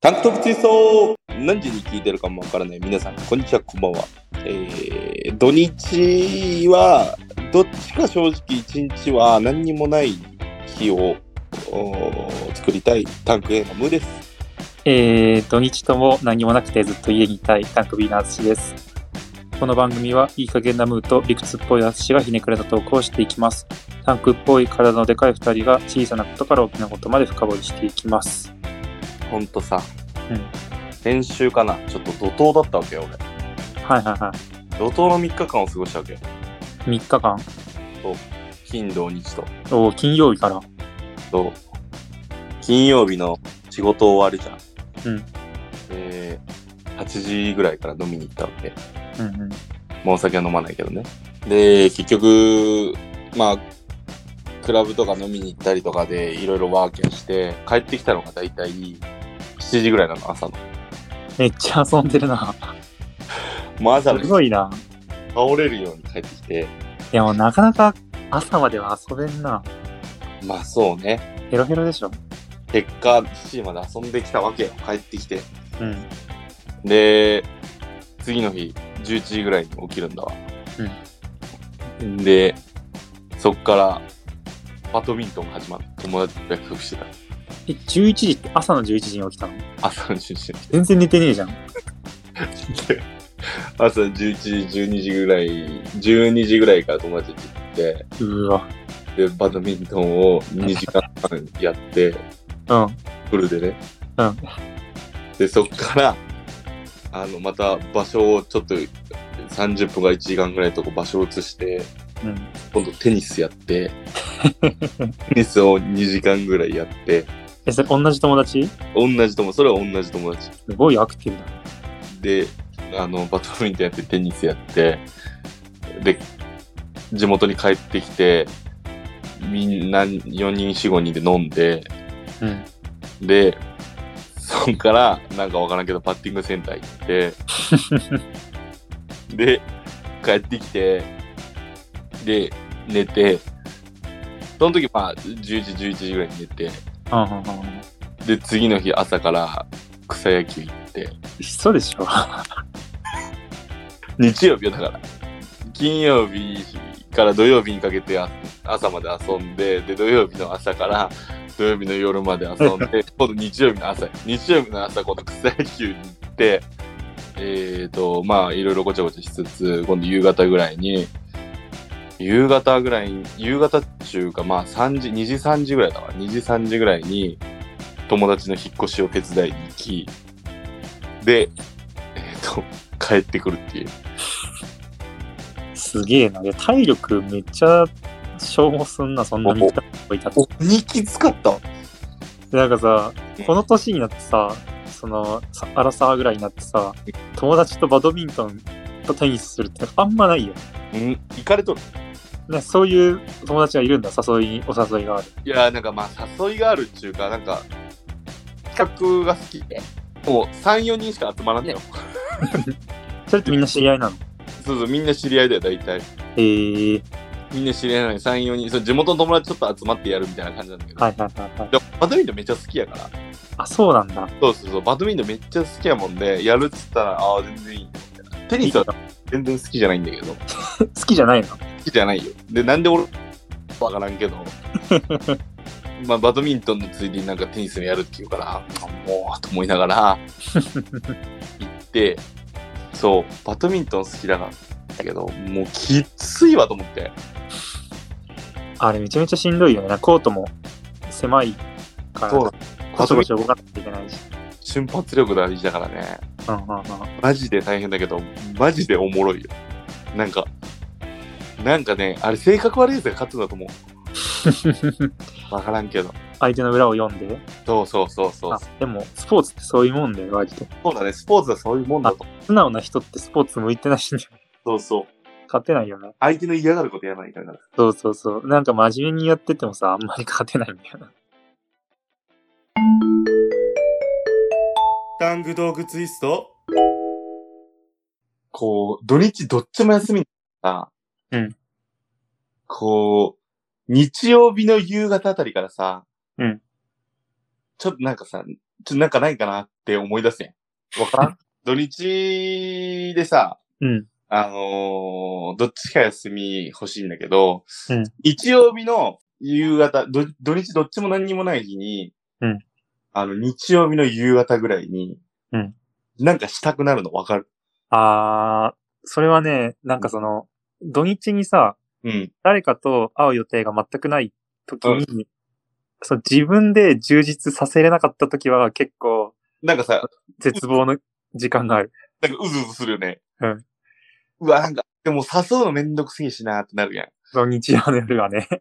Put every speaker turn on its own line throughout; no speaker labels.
タンクトップ追走何時に聞いてるかもわからない皆さん、こんにちは、こんばんは。えー、土日は、どっちか正直一日は何にもない日をおー作りたいタンク A のムーです。
えー、土日とも何もなくてずっと家にいたいタンクビーの淳です。この番組はいい加減なムーと理屈っぽい淳がひねくれたトークをしていきます。タンクっぽい体のでかい二人が小さなことから大きなことまで深掘りしていきます。
ほんとさ、
うん。
先週かな、ちょっと怒涛だったわけよ、
はいはいは
俺。怒涛の3日間を過ごしたわけよ。
い。3日間。
金、土、日と。
おー金曜日から。
そう。金曜日の仕事終わるじゃん。
うん。
えー、8時ぐらいから飲みに行ったわけ。
うんうん。
まあお酒は飲まないけどね。で、結局、まあ、クラブとか飲みに行ったりとかでいろいろワーキャーして、帰ってきたのが大体7時ぐらいなの、朝の。
めっちゃ遊んでるな。
もう朝の
すごいな。
倒れるように帰ってきて、
でもなかなか朝までは遊べんな。
まあそうね、
ヘロヘロでしょ。
結果7時まで遊んできたわけよ、帰ってきて。
うん。
で、次の日、11時ぐらいに起きるんだわ。うん。で、そっから、バドミントンが始まって、友達と約束してた。
え、11時って朝の11時に起きたの
朝の11時に
全然寝てねえじゃん。
で 朝11時、12時ぐらい、12時ぐらいから友達に行って、
うわ。
で、バドミントンを2時間半やって、
うん。
フルでね。
うん
で、そっから、あの、また場所をちょっと、30分から1時間ぐらいのとこ場所を移して、
うん。
今度テニスや って、テニスを2時間ぐらいやって、
え、それ同じ友達
同じ友達、それは同じ友達。
すごいアクティブだ。
で、あの、バドミントンやって、テニスやって、で、地元に帰ってきて、みんな4人、4、5人で飲んで、
うん。
で、そんから、なんかわからんけど、パッティングセンター行って、で、帰ってきて、で、寝て、その時、まあ、10時、11時ぐらいに寝て、
うんうんうん。
で、次の日朝から草野球行って、
そうでしょ。
日曜日よだから金曜日から土曜日にかけてあ朝まで遊んでで土曜日の朝から土曜日の夜まで遊んで今度日曜日の朝日曜日の朝今度草野球に行ってえっ、とまあいろいろごちゃごちゃしつつ今度夕方ぐらいに夕方ぐらいに夕方っていうかまあ3時2時3時ぐらいだから2時3時ぐらいに友達の引っ越しを手伝いに行きでえっ、と帰ってくるっていう
すげえな。いや、体力めっちゃ消耗すんな、そんなに近いとこいたって。
鬼きつかったわ
でなんかさ
うん、
この年になってさ、その、さアラサーぐらいになってさ、友達とバドミントンとテニスするってあんまないよ。
うん行かれとる
ね、そういう友達がいるんだ、誘いに、お誘いがある。
いやーなんかまあ誘いがあるっちゅうかなんか企画が好きでもう34人しか集まらんのよ、
それってみんな知り合いなの
そうそうみんな知り合いだよ大体
えー、
みんな知り合いなのに34人そう地元の友達ちょっと集まってやるみたいな感じなんだけど、
はいはいはいはい。
でもバドミントンめっちゃ好きやから
あ、そうなんだ。
そうそうそうバドミントンめっちゃ好きやもんでやるっつったらああ全然いいよみたいなテニスは全然好きじゃないんだけど好
好きじゃないの
きじゃないよでなんで俺わからんけ どまあバドミントンのついでになんかテニスもやるっていうからあもうと思いながら行って、そう、バドミントン好きだからだけど、もうきついわと思って。
あれめちゃめちゃしんどいよね。なんかコートも狭いから、
そう
こそこそ動かなきゃいけないし。
瞬発力大事だからね。
うんうんうん。
マジで大変だけど、マジでおもろいよ。なんか、なんかね、あれ性格悪いやつが勝つんだと思う。わからんけど。
相手の裏を読んで。
そうそうそうそう
あ。、でも、スポーツってそういうもんだよ、割と。
そうだね、スポーツはそういうもんだと思う。
素直な人ってスポーツ向いてないし、
そうそう。
勝てないよね。
相手の嫌がることやらないから。
そうそうそう。なんか真面目にやっててもさ、あんまり勝てないんだよな。
タングドーグツイストこう、土日どっちも休みさ、
うん。
こう、日曜日の夕方あたりからさ、
うん。
ちょっとなんかさ、ちょっとなんかないかなって思い出せん。わからん土日でさ、
うん。
あのーどっちか休み欲しいんだけど、
うん
日曜日の夕方、ど土日どっちも何にもない日に、
うん
あの、日曜日の夕方ぐらいに、
うん
なんかしたくなるのわかる
あー、それはね、なんかその、土日にさ、
うん。
誰かと会う予定が全くない時に、そう、自分で充実させれなかった時は結構
なんかさ、
絶望の時間がある。
なんかうずうずするよね。
うん。
うわ、なんか、でも誘うのめんどくせえしなってなるやん。
土日曜の夜はね。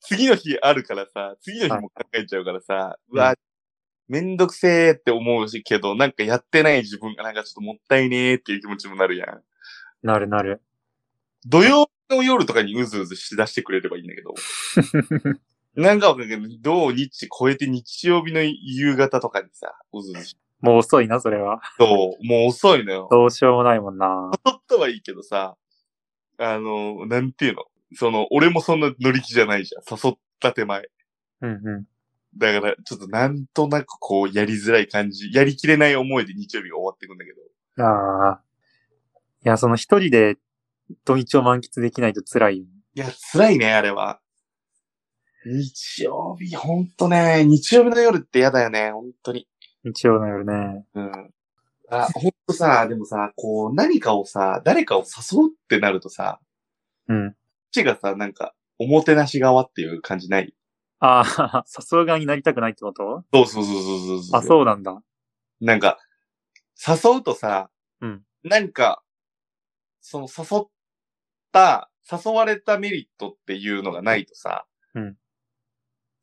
次の日あるからさ、次の日も考えちゃうからさ、うわ、めんどくせえって思うしけど、なんかやってない自分がなんかちょっともったいねえっていう気持ちもなるやん。
なるなる。
土曜の夜とかにうずうずしだしてくれればいいんだけど、なんかわかんないけど、土日超えて日曜日の夕方とかにさ、うずうずし
もう遅いな、それは。
そう、もう遅いのよ。
どうしようもないもんな。
誘ったはいいけどさ、あの、なんていうのその、俺もそんな乗り気じゃないじゃん。誘った手前。
うんう
だから、ちょっとなんとなくこう、やりづらい感じ、やりきれない思いで日曜日が終わっていくんだけど。
ん。ああ。いや、その一人で土日を満喫できないと辛いよね。
いや、辛いね、あれは。日曜日、ほんとね、日曜日の夜って嫌だよね、ほんとに。
日曜の夜ね。
うん。あ、ほんとさ、でもさ、こう、何かをさ、誰かを誘うってなるとさ、
うん。
こっちがさ、なんか、おもてなし側っていう感じない
あ あ、誘う側になりたくないってこと
そうそうそうそうそう
あ、そうなんだ。
なんか、誘うとさ、
うん
なんか、その誘った、誘われたメリットっていうのがないとさ、
うん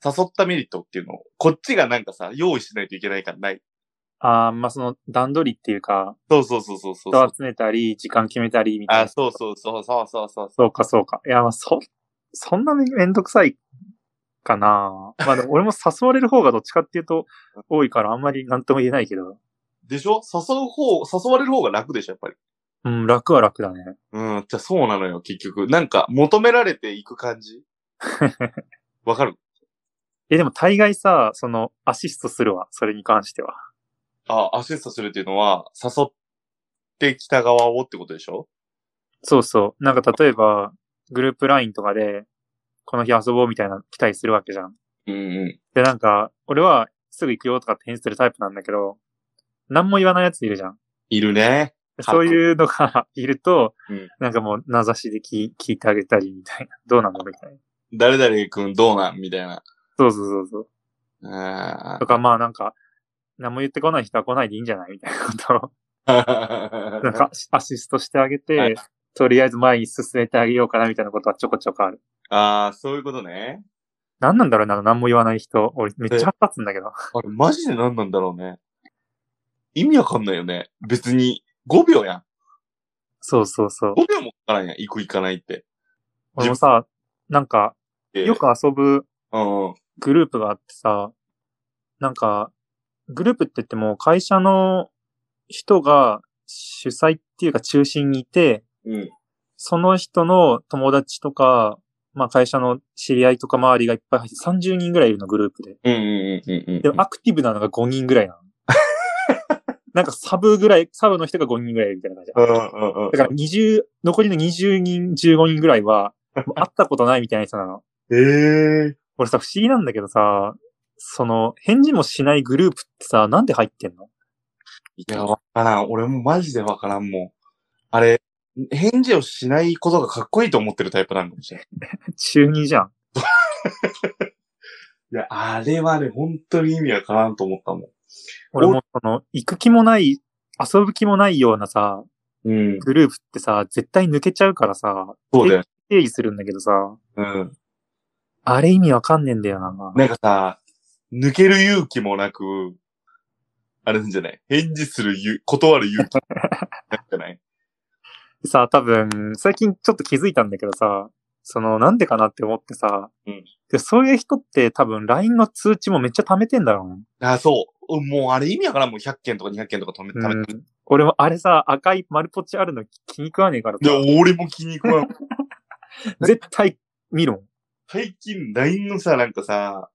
誘ったメリットっていうのを、こっちがなんかさ、用意しないといけないからない。
ああ、まあ、その段取りっていうか、
そうそうそうそうそう。
人集めたり、時間決めたり、みたい
あ、
な。
そうそうそうそうそうそうそう。
そうか、そうか。いや、まあ、そ、そんなめめんどくさいかな。まあ、でも俺も誘われる方がどっちかっていうと多いから、あんまりなんとも言えないけど。
でしょ誘う方、誘われる方が楽でしょ、やっぱり。
うん、楽は楽だね。
うん、じゃあそうなのよ、結局。なんか、求められていく感 じわかる
え、でも大概さ、その、アシストするわ、それに関しては。
あ、アシストするっていうのは、誘ってきた側をってことでしょ
そうそう。なんか例えば、グループ LINE とかで、この日遊ぼうみたいな期待するわけじゃん。
うんうん。
で、なんか、俺はすぐ行くよとかって返事するタイプなんだけど、何も言わないやついるじゃん。
いるね。
でそういうのが いると、
うん
なんかもう名指しで聞聞いてあげたりみたいな。どうなのみたいな。
誰々くんどうなんみたいな。
そうそうそうそう。
あ
とか、まあなんか、何も言ってこない人は来ないでいいんじゃないみたいなことを。
ー
なんか、アシストしてあげ
はい
て、とりあえず前に進めてあげようかなみたいなことはちょこちょこある。
あー、そういうことね。
なんなんだろうな、何も言わない人。俺、めっちゃ腹立つんだけど。
あれ、マジで何なんだろうね。意味わかんないよね。別に、5秒や。。
そうそうそうん
5秒もかからんやん。行く行かないって。
俺もさ、なんか、
で
よく遊ぶ
うんうん。
グループがあってさ、なんか、グループって言っても会社の人が主催っていうか中心にいて、
うん。
その人の友達とか、まあ会社の知り合いとか周りがいっぱい入って30人ぐらいいるのグループで。
うんうんうんうん
で、アクティブなのが5人ぐらいな の。なんかサブぐらい、サブの人が5人ぐらいいるみたいな感じ。
うん。うんうんうん。
だから20、残りの20人、15人ぐら いは、もう会ったことないみたいな人なの。
ええー。
俺さ、不思議なんだけどさ、その、返事もしないグループってさ、なんで入ってんの
いや、わからん。俺もマジでわからんもん。あれ、返事をしないことがかっこいいと思ってるタイプなのかもしれん。
中二じゃん。
いや、あれはね、本当に意味わからんと思ったもん。
俺もその、行く気もない、遊ぶ気もないようなさ、
うん。
グループってさ、絶対抜けちゃうからさ、
そうだよ。
定義するんだけどさ、
うん。
あれ意味わかんねえんだよな。
なんかさ、抜ける勇気もなく、あれなんじゃない返事するゆ、断る勇気。なんじゃ ない
さあ、多分、最近ちょっと気づいたんだけどさ、その、なんでかなって思ってさ、
うん
でそういう人って多分 LINE の通知もめっちゃ貯めてんだろうね。
あ、そう。うんもうあれ意味わからんもん。100件とか200件とか止め、
う
ためて。
ん、俺もあれさ、赤い丸ポチあるの気に食わねえから
で
さ、
俺も気に食わん。
絶対見ろ。
最近 LINE のさ、なんかさ、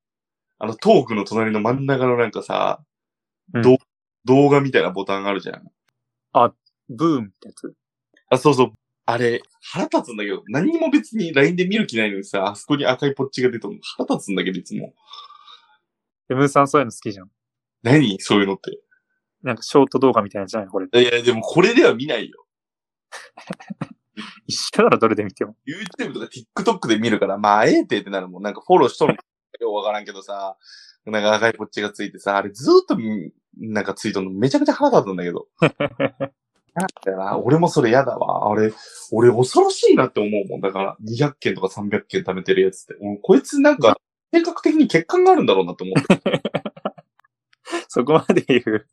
あの、トークの隣の真ん中のなんかさ、
うん
ど動画みたいなボタンがあるじゃん。
ブームってやつ。
あ、そうそう。あれ、腹立つんだけど、何も別に LINE で見る気ないのにさ、あそこに赤いポッチが出てるの腹立つんだけど、いつも。
M さんそういうの好きじゃん。
何そういうのって。
なんかショート動画みたいなのじゃないこれ。
いや、でもこれでは見ないよ。
一緒だろ、どれで見ても。
YouTube とか TikTok で見るから、まあ、ええてってなるもん。なんかフォローしとるのかようわからんけどさ、なんか赤いポッチがついてさ、あれずーっとみ、なんかついとんのめちゃくちゃ腹立つんだけど。なんだよな、俺もそれ嫌だわ。あれ、俺恐ろしいなって思うもん。だから、200件とか300件貯めてるやつって。俺こいつなんか、性格的に欠陥があるんだろうなって思って。
そこまで言う。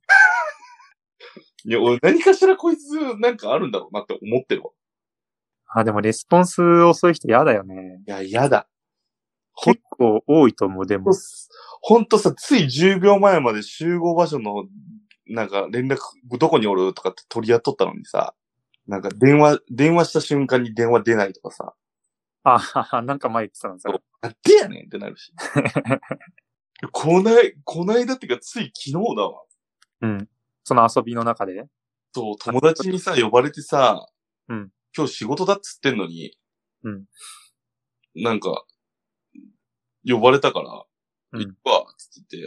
いや、俺何かしらこいつなんかあるんだろうなって思ってるわ。
あ、でもレスポンス遅い人嫌だよね。
いや、嫌だ。ほん
結構多いと思う、で
と
も。
す、ほんとさ、つい10秒前まで集合場所の、なんか連絡、どこにおるとかって取り合っとったのにさ、なんか電話、電話した瞬間に電話出ないとかさ、
あ、なんか前言ってたのさ。
なんでやねんってなるし。こない、こないだってかつい昨日だわ。
うん。その遊びの中で。
そう、友達にさ、呼ばれてさ、
うん
今日仕事だっつってんのに、
うん
なんか、呼ばれたから、
うん
行くわ、つってて、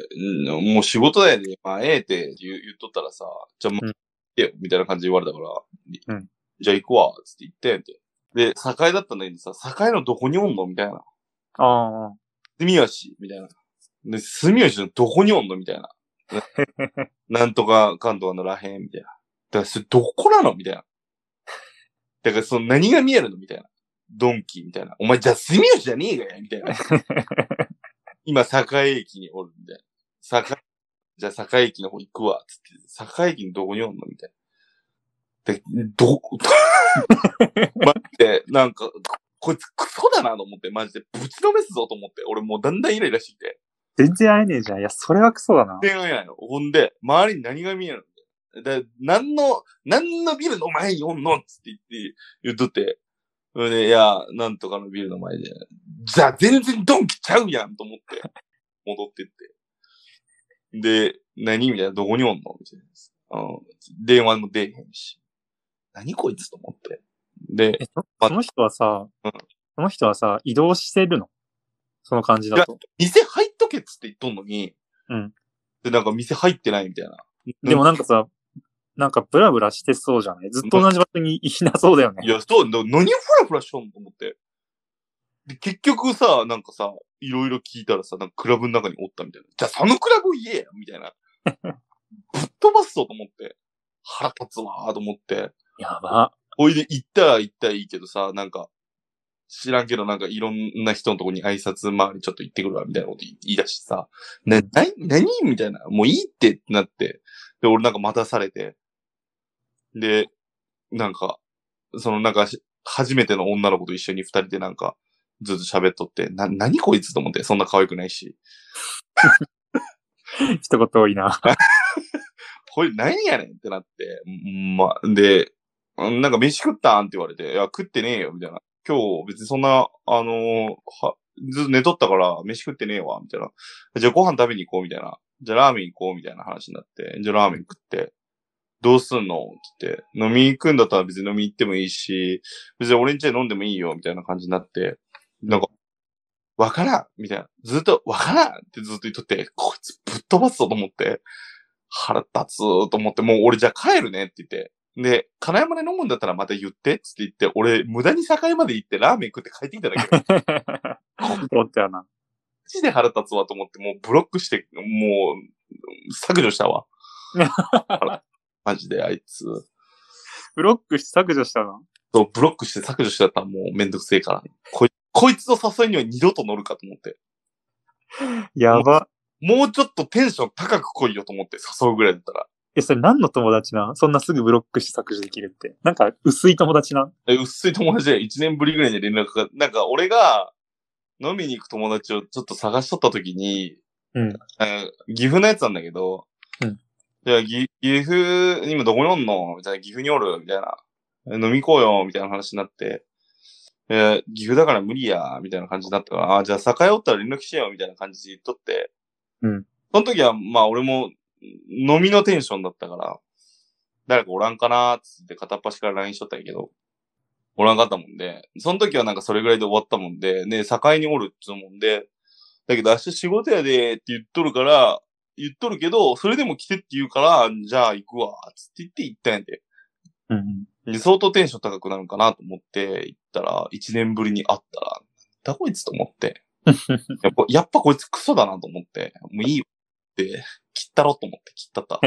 うん、もう仕事だよね、まあ、ええって言う言っとったらさ、じゃあ、まあ、
うん
行ってよ、みたいな感じで言われたから、
うん
じゃあ行くわ、つって言って、って。で、境だったんだけどさ、境のどこにおんのみたいな。
ああ。
住吉、みたいな。で、住吉のどこにおんのみたいな。なんとか関東のらへん、みたいな。だから、それどこなのみたいな。だから、その何が見えるのみたいな。ドンキーみたいな。お前、じゃあ住吉じゃねえかよみたいな。今、境駅におる、みたいな。境、じゃあ境駅の方行くわ、つって。境駅のどこにおんのみたいな。で、ど、 待って、なんか、こいつクソだなと思って、マジで。ぶちのめすぞと思って。俺もうだんだんイライラしてきて。
全然会えねえじゃん。いや、それはクソだな。
電話やの。ほんで、周りに何が見えるんだよ。で、何の、何のビルの前におんのっつって言って、言っとって。それで、いや、なんとかのビルの前で。じゃあ全然ドンキちゃうやんと思って、 戻ってって。で、何みたいな、どこにおんのみたいな。うん。電話も出えへんし。何こいつと思って。で、
え、そその人はさ、
うん
その人はさ、移動してるのその感じだと。
店入っとけっつって言っとんのに。
うん。
で、なんか店入ってないみたいな。
でもなんかさ、なんかブラブラしてそうじゃないずっと同じ場所にいなそうだよ
い
ね。
や、そう、な何をフラフラしとんのと思って。で、結局さ、なんかさ、いろいろ聞いたらさ、なんかクラブの中におったみたいな。じゃあそのクラブ言えやみたい な。ぶっ飛ばすぞと思って。腹立つわーと思って。
やば。
おいで行ったら行ったらいいけどさ、なんか、知らんけどなんかいろんな人のとこに挨拶回りちょっと行ってくるわ、みたいなこと言い出してさ、な、な、何みたいな、もういいってってなって、で、俺なんか待たされて、で、なんか、そのなんかし、初めての女の子と一緒に二人でなんか、ずっと喋っとって、な、何こいつと思って、そんな可愛くないし。
一言多いな。
これ何やねんってなって、うんまあ、で、うんなんか飯食ったんって言われて、いや、食ってねえよ、みたいな。今日別にそんな、あのーは、ずっと寝とったから飯食ってねえわ、みたいな。じゃあご飯食べに行こう、みたいな。じゃあラーメン行こう、みたいな話になって。じゃあラーメン食って。どうすんのって言って。飲み行くんだったら別に飲み行ってもいいし、別に俺ん家で飲んでもいいよ、みたいな感じになって。なんか、わからんみたいな。ずっと、わからんってずっと言っとって、こいつぶっ飛ばすぞと思って。腹立つと思って、もう俺じゃあ帰るねって言って。で、金山で飲むんだったらまた言ってっつって言って、俺無駄に境まで行ってラーメン食って帰ってきただけ。マ
おったよな。
ジで腹立つわと思って、もうブロックして、もう、削除したわ。マジであいつ。
ブロックして削除したの
そう、ブロックして削除しちゃったらもうめんどくせえから。こいこいつの誘いには二度と乗るかと思って。
やば。
もうちょっとテンション高く来いよと思って、誘うぐらいだったら。
え、それ何の友達なんそんなすぐブロックして削除できるって。なんか、薄い友達なん
え、薄い友達で1年ぶりぐらいに連絡が、なんか俺が飲みに行く友達をちょっと探しとった時に、
うん
えー岐阜のやつなんだけど、
うん
いや、ぎ岐阜、今どこにおんのみたいな、岐阜におるみたいな。え飲み行こうよみたいな話になって、えー岐阜だから無理やみたいな感じになったから、あー、じゃあ栄おったら連絡しようみたいな感じで言っとって、
うん。
その時は、まあ俺も飲みのテンションだったから、誰かおらんかなーっつって片っ端から LINE しとったんやけど、おらんかったもんで、その時はなんかそれぐらいで終わったもんで、ね、境におるっつうもんで、だけど明日仕事やでーって言っとるから、言っとるけど、それでも来てって言うから、じゃあ行くわ、つって言って行ったんやで。
うんうん。
で相当テンション高くなるかなと思って行ったら、1年ぶりに会ったら、なんだこいつと思って。やっぱ、やっぱこいつクソだなと思って、もういいよって、切ったろと思って切ったった。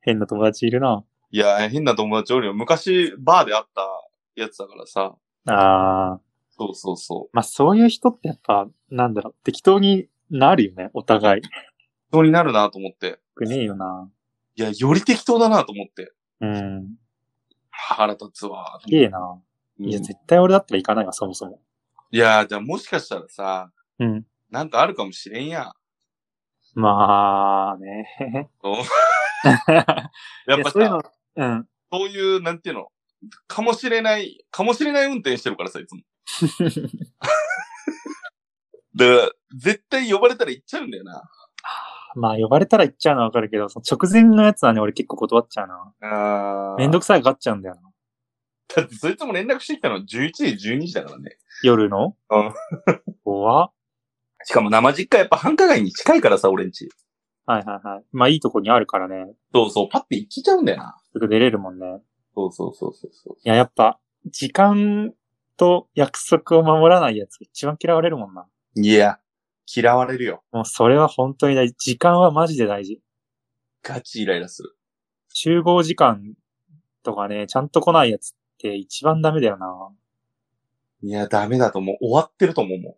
変な友達いるな。
いや、変な友達おるよ。昔、バーで会ったやつだからさ。
ああ。
そうそうそう。
まあそういう人ってやっぱ、なんだろう、適当になるよね、お互い。よ
人になるなと思って。
くねえよな。
いや、より適当だなと思って。
うん。
腹立つわ。
いいな。
うん
いや、
い
絶対俺だったら行かないわ、そもそも。
や、じゃあもしかしたらさ、
うん。
なんかあるかもしれんやん。
まあね。
やっぱ
いそうい
さ、
うの、うん。
そういう、なんていうの、かもしれない、かもしれない運転してるからさ、い つも。だから、絶対呼ばれたら行っちゃうんだよな。
まあ呼ばれたら行っちゃうのはわかるけど、その直前のやつはね、俺結構断っちゃうな。
あ
めんどくさいがっちゃうんだよな。
だって、そいつも連絡してきたの11時、12時だからね。
夜の
うん。
怖っ
しかも生実家やっぱ繁華街に近いからさ、俺んち。
はいはいはい。まあいいとこにあるからね。
そうそう、パッて行けちゃうんだよな。
すぐ出れるもんね。
そうそうそうそうそう。
いや、やっぱ、時間と約束を守らないやつが一番嫌われるもんな。
いや、嫌われるよ。
もうそれは本当に大事。時間はマジで大事。
ガチイライラする。
集合時間とかね、ちゃんと来ないやつって一番ダメだよな。
いや、ダメだと思う。終わってると思うもん。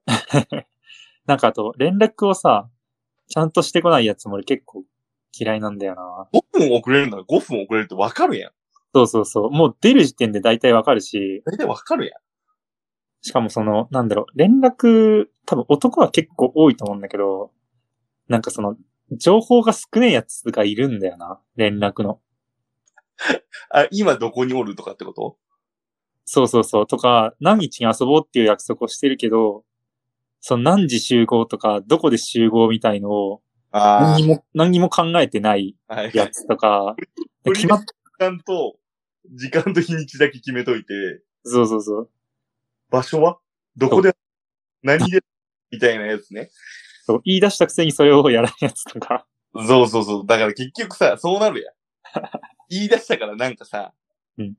なんかあと、連絡をさ、ちゃんとしてこないやつも俺結構嫌いなんだよな。
5分遅れるなら5分遅れるってわかるやん。
そうそうそう。もう出る時点で大体わかるし、
大体わかるやん。
しかもその、なんだろう、連絡、多分男は結構多いと思うんだけど、なんかその、情報が少ないやつがいるんだよな。連絡の。
あ、今どこにおるとかってこと
そうそうそう。とか、何日に遊ぼうっていう約束をしてるけど、その何時集合とか、どこで集合みたいのを、
あ
何にも、何にも考えてない
あ。はい。
やつと か、
振り
決まっ
時間と、時間と日にちだけ決めといて、
そうそうそう。
場所はどこで何でみたいなやつね。
そう、言い出したくせにそれをやらんやつとか。
そうそうそう。だから結局さ、そうなるやん。 言い出したからなんかさ、
うん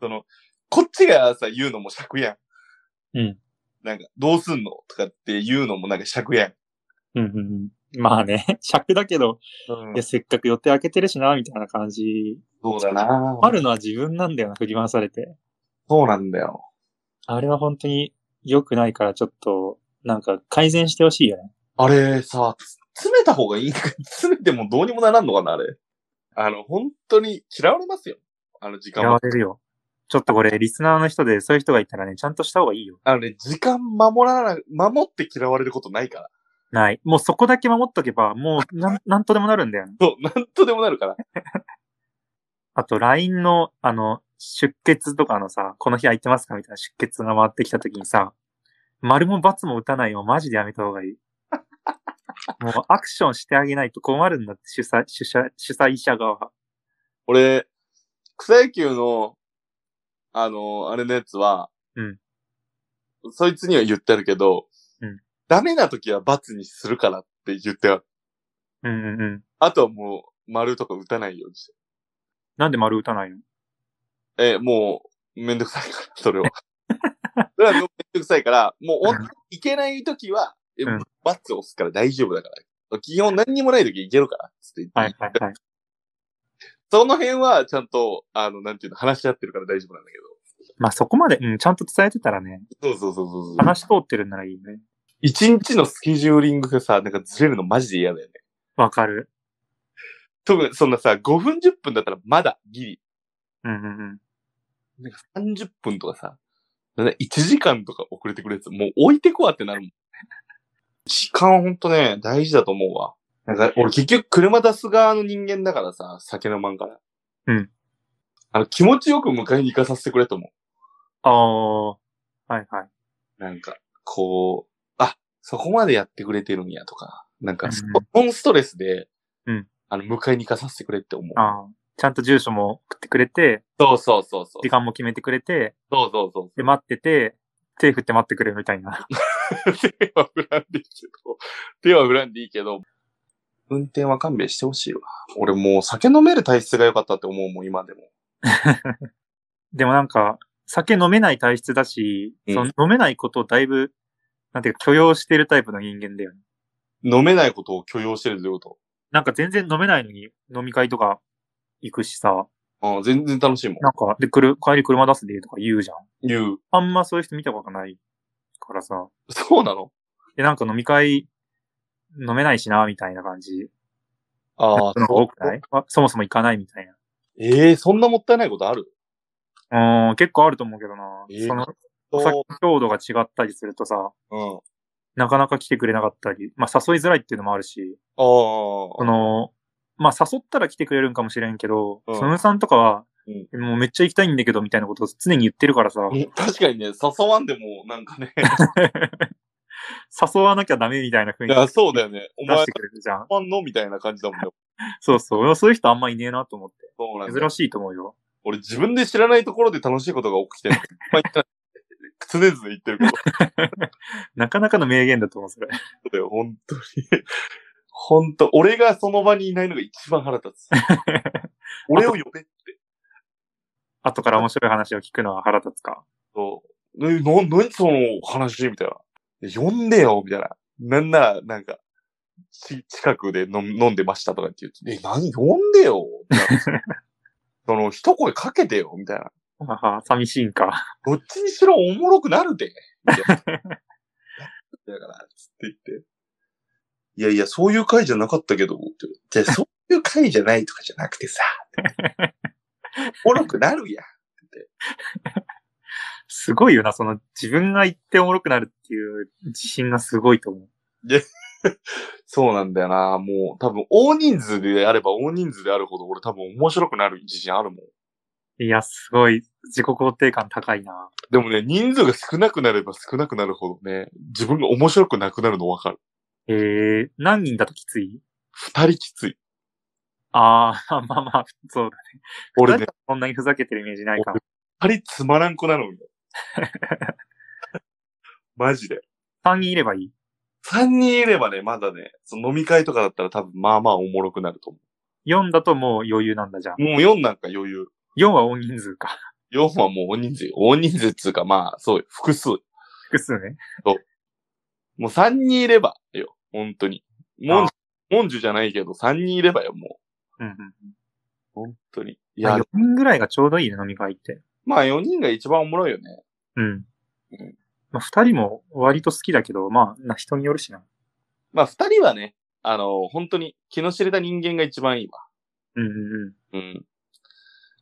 その、こっちがさ、言うのも尺やん。
うん。
なんか、どうすんのとかって言うのもなんか尺やん。
うんうんうん。まあね、尺だけど、
うん
いや、せっかく予定開けてるしな、みたいな感じ。
そうだな
あるのは自分なんだよな、振り回されて。
そうなんだよ。
あれは本当に良くないから、ちょっと、なんか改善してほしいよね。
あれさ、つ詰めた方がいい 詰めてもどうにもならんのかな、あれ。あの、本当に嫌われますよ。あの時間は。
れるよ。ちょっとこれ、リスナーの人でそういう人がいたらね、ちゃんとした方がいいよ。
あのね、時間守らない、守って嫌われることないから。
ない。もうそこだけ守っとけば、もう、 なん、なんとでもなるんだよね。
そう、なんとでもなるから。
あと、LINE の、あの、出血とかのさ、この日空いてますかみたいな出血が回ってきた時にさ、丸も罰も打たないよ。マジでやめた方がい い。もうアクションしてあげないと困るんだって、主催、主催、主催者側は。
俺、草野球の、あの、あれのやつは、
うん。
そいつには言ってあるけど、
うん。
ダメな時は罰にするからって言ってある。
うんうんうん。
あとはもう、丸とか打たないようにして。
なんで丸打たないの
え、もう、めんどくさいから、それは。 それはめんどくさいから、もう、
うん
いけない時は、え
うん
バツ押すから大丈夫だから。基本何にもない時いけるから、つって言って。
はいはいはい。
その辺は、ちゃんと、あの、なんていうの、話し合ってるから大丈夫なんだけ
まあそこまで、うん、ちゃんと伝えてたらね、
ど。そうそうそうそうそう。
話通ってるんならいいよね。
一日のスケジューリングがさ、なんかずれるのマジで嫌だよね。
わかる。
特にそんなさ、5分10分だったらまだギリ。
うんうんうん。
なんか30分とかさ、なんか1時間とか遅れてくるやつ、もう置いてこわってなるもん。時間はほんとね、大事だと思うわ。なんか俺結局車出す側の人間だからさ、酒飲まんから。
うん。
あの、気持ちよく迎えに行かさせてくれと思
ああ、はいはい。
う。なんか、こう、あ、そこまでやってくれてるんやとか、なん
う
か
ん、
ノンストレスで、
うん
あの、迎えに行かさせてくれって思う。
ああ。ちゃんと住所も送ってくれて、
そうそうそうそう。
時間も決めてくれて、
そうそうそう
で、待ってて、手振って待ってくれるみたいな。
そう。手は振らんでいいけど、手は振らんでいいけど、運転は勘弁してほしいわ。俺もう酒飲める体質が良かったって思うもん、今でも。
でもなんか、酒飲めない体質だし、
うん
その飲めないことをだいぶ、なんていうか許容してるタイプの人間だよね。
飲めないことを許容してるってこと。
なんか全然飲めないのに飲み会とか行くしさ、
ああ全然楽しいもん。
なんか、で、くる、帰り車出すでとか言うじゃん。
言う。
あんまそういう人見たことないからさ。
そうなの
で、なんか飲み会、飲めないしな、みたいな感じ。
ああ、
のが
そ
多くないあそもそも行かないみたいな。
ええそんなもったいないことある
うん、結構あると思うけどな。
えー
その、お酒強度が違ったりするとさ、
うん。
なかなか来てくれなかったり、まあ誘いづらいっていうのもあるし、
あ
そ
あ。
の、まあ誘ったら来てくれるんかもしれんけど、
うん
そのさんとかは、
う
もうめっちゃ行きたいんだけどみたいなことを常に言ってるからさ、
うん確かにね、誘わんでも、なんかね。
誘わなきゃダメみたいな
い
雰囲
や、
気
そうだよね。お
出
前
し、てくれるじゃん。
ファンのみたいな感じだもんね。
そうそう。俺はそういう人あんまいねえなと思って。
そうなんだよ。
珍しいと思うよ。
俺自分で知らないところで楽しいことが起 きてる。まあ、常々言ってること
なかなかの名言だと思 う、それ。
だよ、本当に。本当、俺がその場にいないのが一番腹立 つ。俺を呼べ
後から面白い話を聞くのは腹立つか。
と、え、な、何その話みたいな。呼んでよみたいな。なんなら、なんか、ち、近くで飲ん飲んでましたとかって言って、え、何呼んでよみたいなその、一声かけてよみたいな。
あは、寂しいんか。
どっちにしろおもろくなるで。みたいなだから、つって言って。いやいや、そういう回じゃなかったけど、ってじゃあそういう回じゃないとかじゃなくてさ。おもろくなるやん。
すごいよな、その自分が言っておもろくなるっていう自信がすごいと思う。
そうなんだよな。もう、多分、大人数であれば大人数であるほど、俺多分面白くなる自信あるもん。
いや、すごい、自己肯定感高いな。
でもね、人数が少なくなれば少なくなるほどね、自分が面白くなくなるの分かる。
えー、何人だときつい
二人きつい。
ああ、 まあまあ、そうだ。
俺ね、
そんなにふざけてるイメージないかも。
二人つまらんくな るんよ。マジで。
3人いればいい。
三人いればね、まだね、その飲み会とかだったら多分、まあまあおもろくなると思
4だともう余裕なんだじゃん
う。。もう4なんか余裕。
4は大人数か。
4はもう大人数よ。大人数っつうか、まあ、そうよ。複数。
複数ね。
もう3人いればよ、本当に。もん
あ
じゅ、もんじゅじゃないけど、3人いればよ、も
うんうん。
う。本当に。い
い
や
4、人ぐらいがちょうどいいね、飲み会って。
まあ4人が一番おもろいよね。
うん
うん。
まあ、二人も割と好きだけど、まあ、な人によるしな。
まあ2人はね、あの、本当に気の知れた人間が一番いいわ。
うんうんうん。
うん。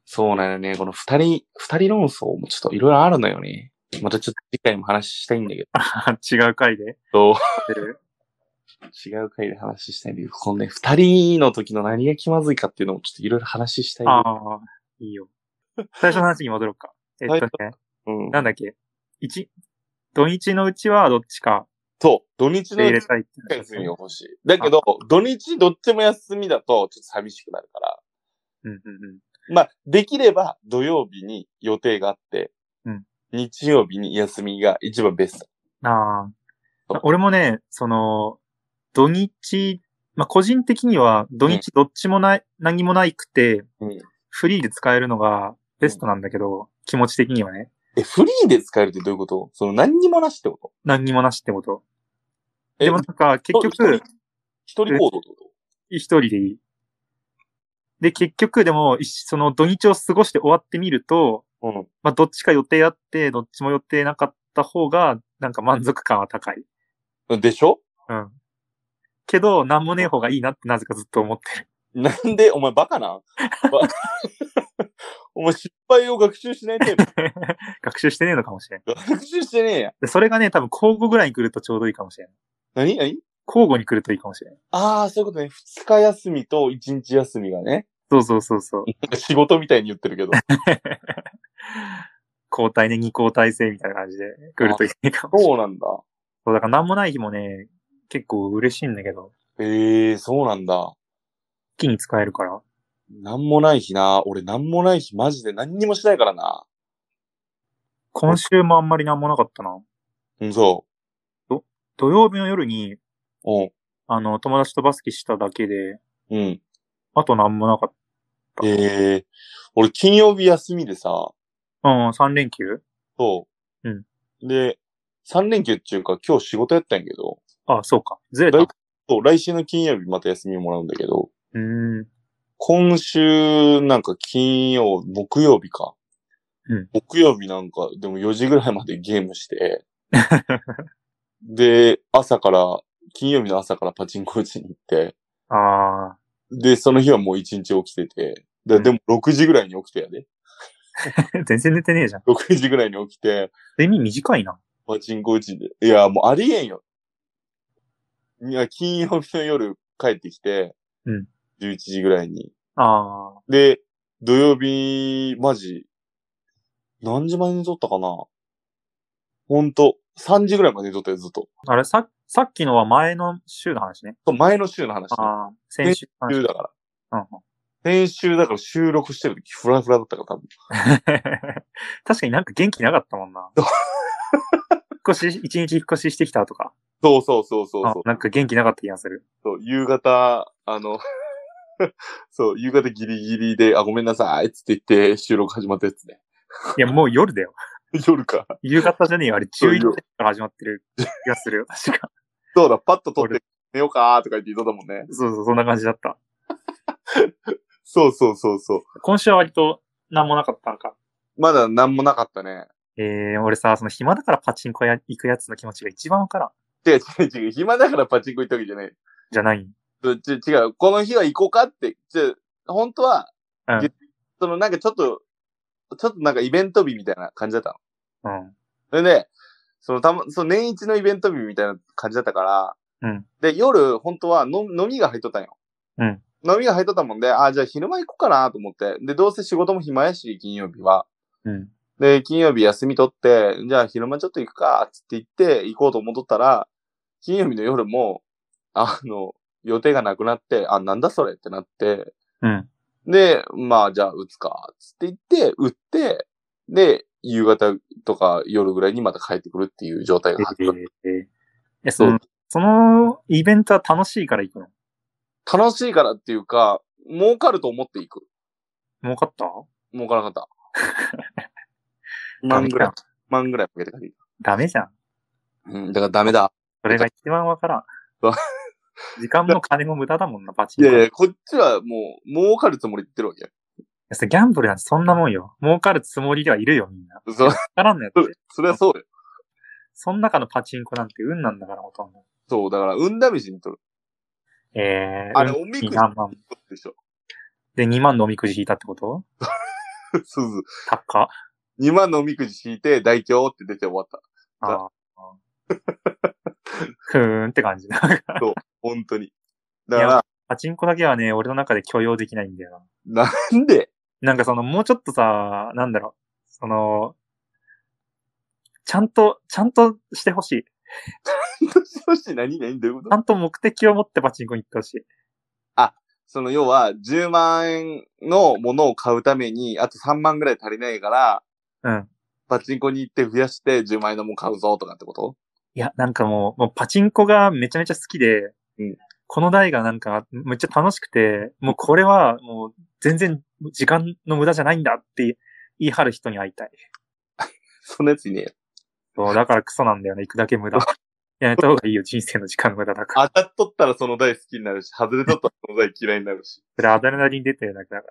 そうなのよね。この2人、2人論争もちょっといろいろあるのよね。またちょっと次回も話したいんだけ
あ 違う回で
ど。
出る。
違う回で話したいんだけど、このね、2人の時の何が気まずいかっていうのもちょっといろいろ話したい。
ああ、いいよ。最初の話に戻ろうか。えっとね、
うん。
なんだっけ。一、土日のうちはどっちか
そう。土日
で
の
入れたいって
休みが欲しい。だけど、土日どっちも休みだと、ちょっと寂しくなるから。
うんうんうん。
まあ、できれば土曜日に予定があって、
うん
日曜日に休みが一番ベスト。
あ
そ
あ
う。
俺もね、その、土日、まあ、個人的には土日どっちもない、何もないくて、
うん
フリーで使えるのがベストなんだけど、気持ち的にはね、
え、フリーで使えるってどういうことその何にもなしってこと
何にもなしってこと。
え
でもなんか、結
そう
局、
一人行動ってこ
一人でいい。で、結局、でも、一その土日を過ごして終わってみる
と
と、
うん。
まあ、どっちか予定あって、どっちも予定なかった方が、なんか満足感は高い。
でしょ
うん。けど、なんもねえ方がいいなってなぜかずっと思ってる。
なんで、お前バカなんば お前失敗を学習しない タイプ。
学習してねえのかもしれん。
学習してねえや。
で、それがね、多分交互ぐらいに来るとちょうどいいかもしれん。
何何
交互に来るといいかもしれん。
ああ、そういうことね。二日休みと一日休みがね。
そうそうそうそう。
仕事みたいに言ってる けど。
交代ね、二交代制みたいな感じで来るといいかもしれん。
そうなんだ。
そう、だからなんもない日もね、結構嬉しいんだけど。
ええー、そうなんだ。
一気に使えるから。
なんもない日な。俺なんもない日マジで何にもしないからな。
今週もあんまりなんもなかったな。
うん、そ
土曜日の夜に、
う。うん。
あの、友達とバスケしただけで、
うん。
あとなんもなかっ
ええー、俺金曜日休みでさ、
た。うん、3連休
そう。。
うん
で、3連休っていうか今日仕事やったんやけど、
あ、そうか。ずれた。
だいうそう、来週の金曜日また休みもらうんだけど、
ーん。
今週、なんか金曜、木曜日か。
うん
木曜日なんか、でも4時ぐらいまでゲーム して。で、朝から、金曜日の朝からパチンコ打ちに行って。
あ
で、その日はもう1日起きてて。で
うん
でも6時ぐらいに起きてや で。
ー。 全然寝てねえじゃん。
6時ぐらいに起きて、
睡眠短いな。
パチンコ打ちに。いや、もうありえんよ。いや、金曜日の夜帰ってきて。
うん
11時ぐらいに。
ああ。
で、土曜日、マジ、何時まで寝とったかなほんと、3時ぐらいまで寝とったよ、ずっと。
あれ、さ、さっきのは前の週の話ね。
そう前の週の話、ね。
ああ。先週の
週
話。
だから。
うんうん
先週だから収録してる時、フラフラだったから多分。
確かになんか元気なかったも んな。引っ越し、一日引っ越ししてきたとか。
そうそうそうそうそう
あなんか元気なかった気がする。
そう。夕方、あの、 そう、夕方ギリギリで、あ、ごめんなさい、っつって言って収録始まったやつね。
いや、もう夜だよ。
夜か。
夕方じゃねえよ。あれ、
そう
11時
夜
から始まってる気がするよ。確か。
そうだ、パッと撮って寝ようかーとか言って言っとったもんね。
そうそう、そんな感じだった。
そうそうそうそう。
今週は割と何もなかったのか。
まだ何もなかったね。
えー、俺さ、その暇だからパチンコ屋行くやつの気持ちが一番わからん。
違う 違う違う。暇だからパチンコ行ったわけじゃない。
じゃない。
ち違う。この日は行こうかって。ちょ本当は、
うん
げそのなんかちょっと、ちょっとなんかイベント日みたいな感じだったの。
うん。
それで、そのたま、その年一のイベント日みたいな感じだったから、
うん
で、夜、本当はの飲みが入っとったんよ。
うん
飲みが入っとったもんで、あ、じゃあ昼間行こうかなと思って。で、どうせ仕事も暇やし、金曜日は。
うん。
で、金曜日休み取って、じゃあ昼間ちょっと行くか、つって言って、行こうと思っとったら、金曜日の夜も、あの、予定がなくなって、あ、なんだそれってなって、
うん。
で、まあじゃあ打つか、つって言って、打って、で、夕方とか夜ぐらいにまた帰ってくるっていう状態が
え
発
ー
覚、
え、その、そのイベントは楽しいから行くの
楽しいからっていうか、儲かると思っていく。
儲かった
儲からなか った。
ダ
万
メ
ぐ
じゃ
らい
ん。。
万ぐらいかけて帰ってき
ダメじゃん。
た。うん、だからダメだ。
それが一番わからん
わ。
時間も金も無駄だもんな、パチ
い
ンコ。
やいや、こっちはもう、儲かるつもりで言ってるわけよ。
いやそれギャンブルなんてそんなもんよ。儲かるつもりではいるよ、みんな。わ
そ、
からんのやって。
それはそうよ。
その中のパチンコなんて運なんだから、ほとんど。
そう、だから、運試しに取る。
えー、
あれ、
うん
おみくじ
2
に
万万。
取るで しょ。
で、2万のおみくじ引いたってこと
そうそう。
高っ。
2万のおみくじ引いて、大凶って出て終わった。
あー ふーんって感じだ。
本当に。だか
パチンコだけはね、俺の中で許容できないんだよ
ら、なんで、
な。なんかその、もうちょっとさ、なんだろう、その、ちゃんと、ちゃんとしてほしい。
そして何何どういうこ
ちゃ
と
んと目的を持ってパチンコに行ってほしい。
その、要は、10万円のものを買うために、あと3万ぐらい足りないから、
うん。
パチンコに行って増やして、10万円のもん買うぞ、とかってこと
いや、なんかもう、もうパチンコがめちゃめちゃ好きで、
うん
この台がなんかめっちゃ楽しくて、もうこれはもう全然時間の無駄じゃないんだって言い張る人に会いたい。
そんなやついねえよ。
そう、だからクソなんだよね。行くだけ無駄。やめた方がいいよ。人生の時間無駄だから。
当たっとったらその台好きになるし、外れとったらその台嫌いになるし。
それアドレナリン出てるだけだ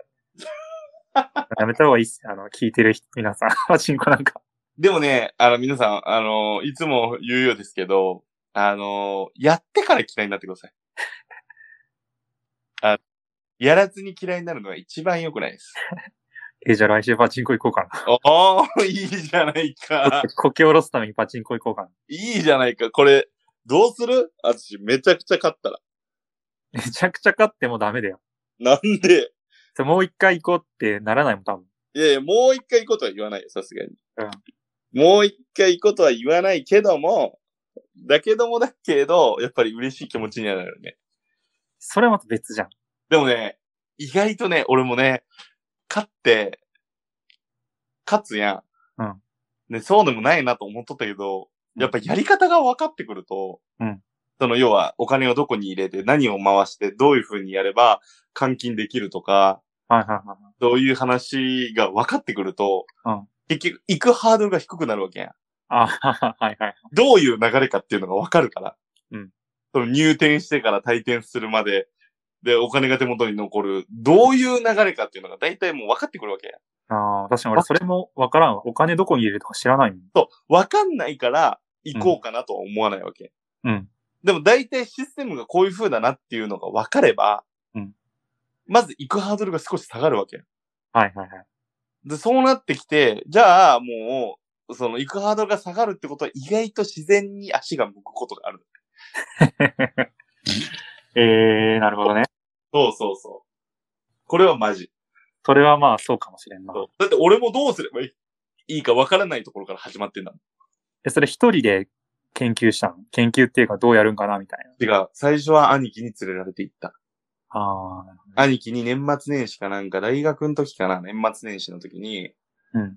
から。やめた方がいいっす。あの、聞いてる人、皆さん。 パチンコなんか。
でもね、あの、皆さん、あの、いつも言うようですけど、あの、やってから嫌いになってください。 あやらずに嫌いになるのは一番良くないです。
え、じゃあ来週パチンコ行こうか
おー、いいじゃない
な
か。。
こけおろすためにパチンコ行こうかな。
いいじゃないか。これ、どうする私、めちゃくちゃ勝ったら。
めちゃくちゃ勝ってもダメだよ。
なんで、
それもう一回行こうってならないもん、多分。
いやいや、もう一回行こうとは言わないよ、さすがに。
うん
もう一回行こうとは言わないけども、だけどもだけど、やっぱり嬉しい気持ちにはなるね。
それはまた別じゃん。
でもね、意外とね、俺もね、勝って、勝つやん。
うん。
ね、そうでもないなと思っとったけど、やっぱやり方が分かってくると、
うん
その要はお金をどこに入れて何を回してどういう風にやれば換金できるとか、
はいはいはい。
そういう話が分かってくると、
うん
結局行くハードルが低くなるわけやん。
あはいはい。
どういう流れかっていうのが分かるから。
うん
その入店してから退店するまで、で、お金が手元に残る、どういう流れかっていうのが大体もう分かってくるわけやん。
ああ、確かに俺それもわからんわ。お金どこに入れるとか知らないもん。
そう、分かんないから行こうかなとは思わないわけ。
うん。
でも大体システムがこういう風だなっていうのが分かれば、
うん
まず行くハードルが少し下がるわけ。
はいはいはい。
で、そうなってきて、じゃあもう、その行くハードルが下がるってことは意外と自然に足が向くことがある。
えー、なるほどね。
そうそうそう。これはマジ。
それはまあそうかもしれんな。
そうだって俺もどうすればいいいいか分からないところから始まってんだもん。
え、それ一人で研究したの研究っていうかどうやるんかなみたい
違う。最初は兄貴に連れられて行った。
な。ああ、
兄貴に年末年始かなんか、大学の時かな、年末年始の時に、
うん。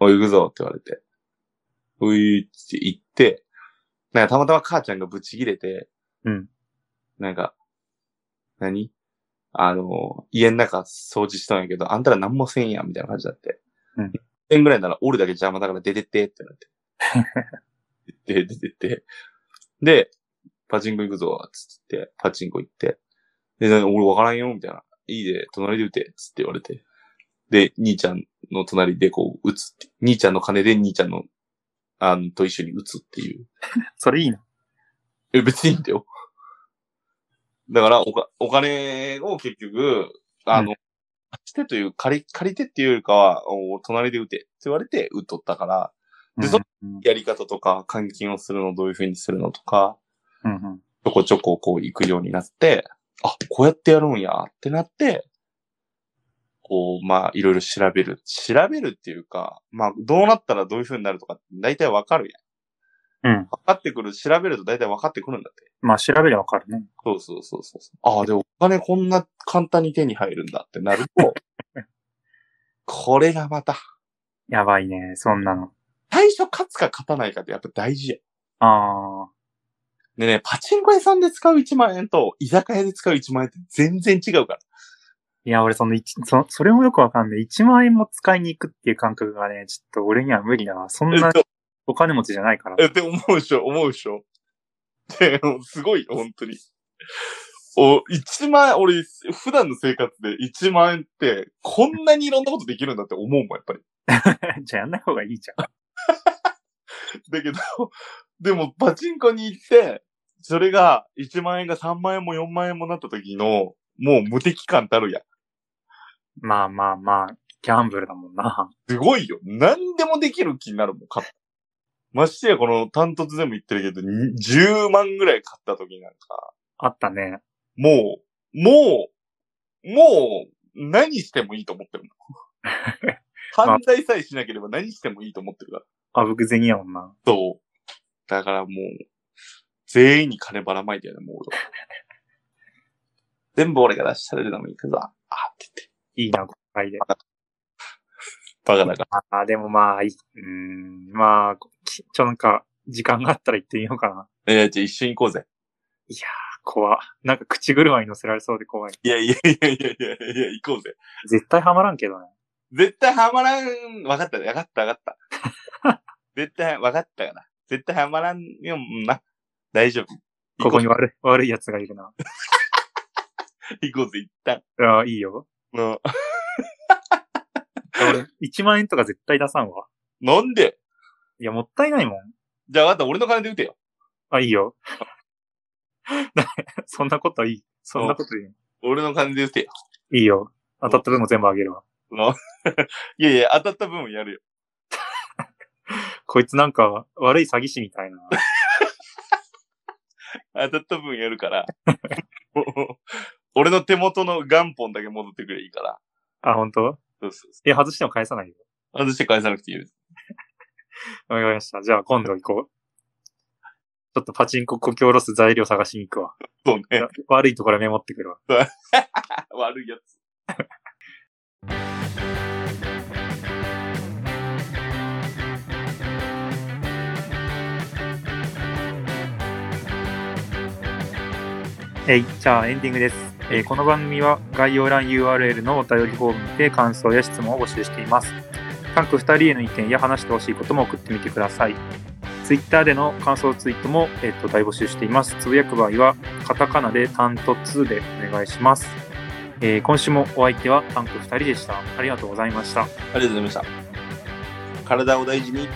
おい、行くぞって言われて。ういって言って、なんかたまたま母ちゃんがブチ切れて、
うん。
なんか、何あの、家の中掃除したんやけど、あんたら何もせんやん、みたいな感じだって。
うん。
点ぐらいなら俺だけ邪魔だから出てってってな って。で、出てって。で、パチンコ行くぞ、つって、パチンコ行って。で、な俺わからんよ、みたいな。いいで、隣で打て、つって言われて。で、兄ちゃんの隣でこう打つって。兄ちゃんの金で兄ちゃんの、あの、と一緒に打つっていう。
それいいな。
え、別にいいんだよ。だから、おか、お金を結局、あの、貸してという、借り、借りてっていうよりかは、お隣で打てって言われて打っとったから、でそ
うん、
やり方とか、換金をするのどういう風にするのとか、
うんうん。
ちょこちょここう行くようになって、あ、こうやってやるんやってなって、こう、まあ、いろいろ調べる。調べるっていうか、まあ、どうなったらどういう風になるとか、大体わかるやん。
うん。
わかってくる。調べると大体わかってくるんだって。
まあ調べりゃわかるね。
そうそうそうそうそう。ああ、でもお金こんな簡単に手に入るんだってなる と、これがまた、
やばいね、そんなの。
最初勝つか勝たないかってやっぱ大事や。
ああ、
でね、パチンコ屋さんで使う1万円と、居酒屋で使う1万円って全然違うから。
いや、俺その一、そ、それもよくわかんない。1万円も使いに行くっていう感覚がね、ちょっと俺には無理だな。そんなお金持ちじゃないから。
え、って思うでしょ、思うでしょ。で、すごいよ、本当に。お、1万円、俺、普段の生活で1万円って、こんなにいろんなことできるんだって思うもん、やっぱり。
じゃあやんない方がいいじゃん。
だけど、 でも、パチンコに行って、それが、1万円が3万円も4万円もなった時の、もう無敵感たるやん。
まあまあまあ、ギャンブルだもんな。
すごいよ。何でもできる気になるもん、買った。ましてや、この単突でも言ってるけど、に10万ぐらい買った時なんか、
あったね。
もう、もう、もう、何してもいいと思ってるの。犯罪さえしなければ何してもいいと思ってるから。
あぶく銭やもんな。
そう。だからもう、全員に金ばらまいてやる、もう俺は。全部俺が出したらでもいいくぞ。あって言って。
いいな、誤解で。
バカだから。
ああ、でもまあ、いい。うーん、まあ、きちょ、なんか、時間があったら行ってみようかな。
いや、じゃあ一緒に行こうぜ。
あ怖なんか口車に乗せられそうで怖い。
いやいやいやいやいやいや、行こうぜ。
絶対ハマらんけどね。
絶対ハマらん。わかった、わかった、わかった。絶対、わかったかな。絶対ハマらんよ、うんな。大丈夫。
ここに悪い、悪い奴がいるな。
行こうぜ、一旦。
ああ、いいよ。
うん。
俺、1万円とか絶対出さんわ。
なんで
いや、もったいないもん。
じゃあ、わかった、俺の金で打てよ。
あ、いいよ。 そんなこといい。そんなことい
俺の金で打てよ。
い。いいよ。当たった分も全部あげるわ。
のいやいや、当たった分やるよ。
こいつなんか、悪い詐欺師みたいな。
当たった分やるから。もう俺の手元の元本だけ戻ってくれいいから。
あ、本当？
そうそうそ
いや、外しても返さないよ。
う。外して返さなくていいよ。
わかりました。じゃあ、今度行こう。ょっとパチンコこき下ろす材料探しに行くわ。
そうね。
悪いところはメモってくるわ。
悪いやつ。
えい、じゃあエンディングです。えーこの番組は概要欄 URL のお便りフォームで感想や質問を募集しています。タンク2人への意見や話してほしいことも送ってみてください。Twitter での感想ツイートも、えっと大募集しています。つぶやく場合は、カタカナでタント2でお願いします。えー今週もお相手はタンク2人でした。ありがとうございました。
ありがとうございました。体を大事に。